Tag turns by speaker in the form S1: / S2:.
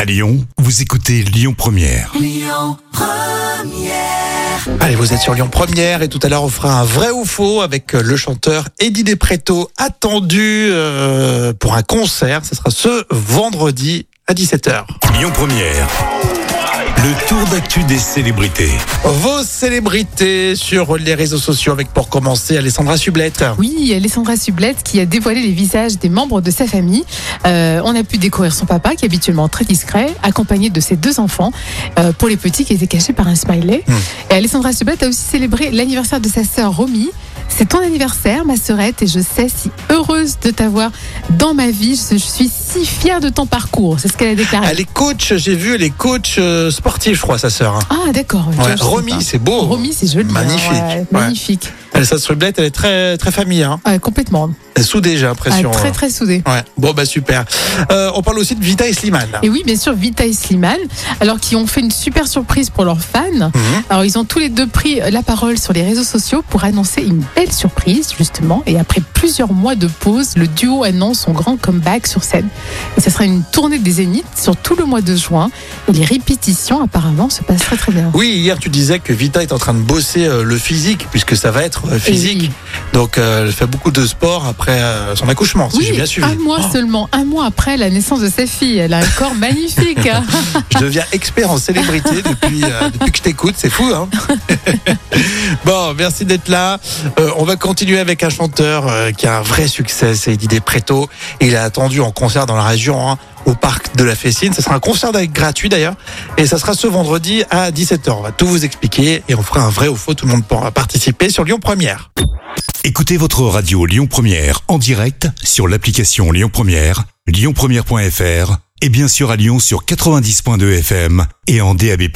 S1: À Lyon, vous écoutez Lyon Première.
S2: Allez, vous êtes sur Lyon Première et tout à l'heure on fera un vrai ou faux avec euh, le chanteur Eddie Depreto attendu euh, pour un concert. Ce sera ce vendredi à 17h.
S1: Lyon Première. Le tour d'actu des célébrités.
S2: Vos célébrités sur les réseaux sociaux avec pour commencer Alessandra Sublette.
S3: Oui, Alessandra Sublette qui a dévoilé les visages des membres de sa famille. Euh, on a pu découvrir son papa qui est habituellement très discret, accompagné de ses deux enfants, euh, pour les petits qui étaient cachés par un smiley.
S2: Hmm.
S3: Et Alessandra Sublette a aussi célébré l'anniversaire de sa sœur Romy. C'est ton anniversaire, ma sœurette, et je sais si heureuse de t'avoir dans ma vie. Je suis si fière de ton parcours. C'est ce qu'elle a déclaré.
S2: Elle est coach, j'ai vu, elle est coach euh, sportive, je crois, sa sœur. hein.
S3: Ah, d'accord. Tu vois,
S2: Ouais,
S3: je sais pas.
S2: Romy, c'est beau.
S3: Romy, c'est joli. hein,
S2: Magnifique.
S3: ouais,
S2: Ouais.
S3: magnifique.
S2: Alessandra Sublette, elle est très, très famille. Hein.
S3: Ouais, complètement.
S2: Elle est soudée, j'ai
S3: Ah,
S2: l'impression.
S3: très, très soudée.
S2: hein. Ouais. Bon, bah super. Euh, on parle aussi de Vita et Slimane.
S3: Et oui, bien sûr, Vita et Slimane, alors qui ont fait une super surprise pour leurs fans.
S2: Mhm.
S3: Alors, ils ont tous les deux pris la parole sur les réseaux sociaux pour annoncer une belle surprise, justement. Et après plusieurs mois de pause, le duo annonce son grand comeback sur scène. Et ce sera une tournée des Zéniths sur tout le mois de juin. Et les répétitions, apparemment, se passent très, très bien.
S2: Oui, hier tu disais que Vita est en train de bosser euh, le physique, puisque ça va être euh, physique.
S3: Et-
S2: Donc euh, elle fait beaucoup de sport après euh, son accouchement, si
S3: Oui, Ah,
S2: j'ai bien suivi.
S3: un mois
S2: Oh,
S3: seulement, un mois après la naissance de sa fille. Elle a un corps magnifique. hein.
S2: je deviens expert en célébrité depuis, euh, depuis que je t'écoute, c'est fou. Hein bon, merci d'être là. Euh, on va continuer avec un chanteur euh, qui a un vrai succès, c'est Eddie Preto. Il a attendu en concert dans la région, hein, au parc de la Fessine. Ça sera un concert d'ailleurs gratuit d'ailleurs, et ça sera ce vendredi à 17h. On va tout vous expliquer et on fera un vrai ou faux. Tout le monde pourra participer sur Lyon Première.
S1: Écoutez votre radio Lyon Première en direct sur l'application Lyon Première, lyonpremière.fr et bien sûr à Lyon sur 90.2 FM et en DAB+.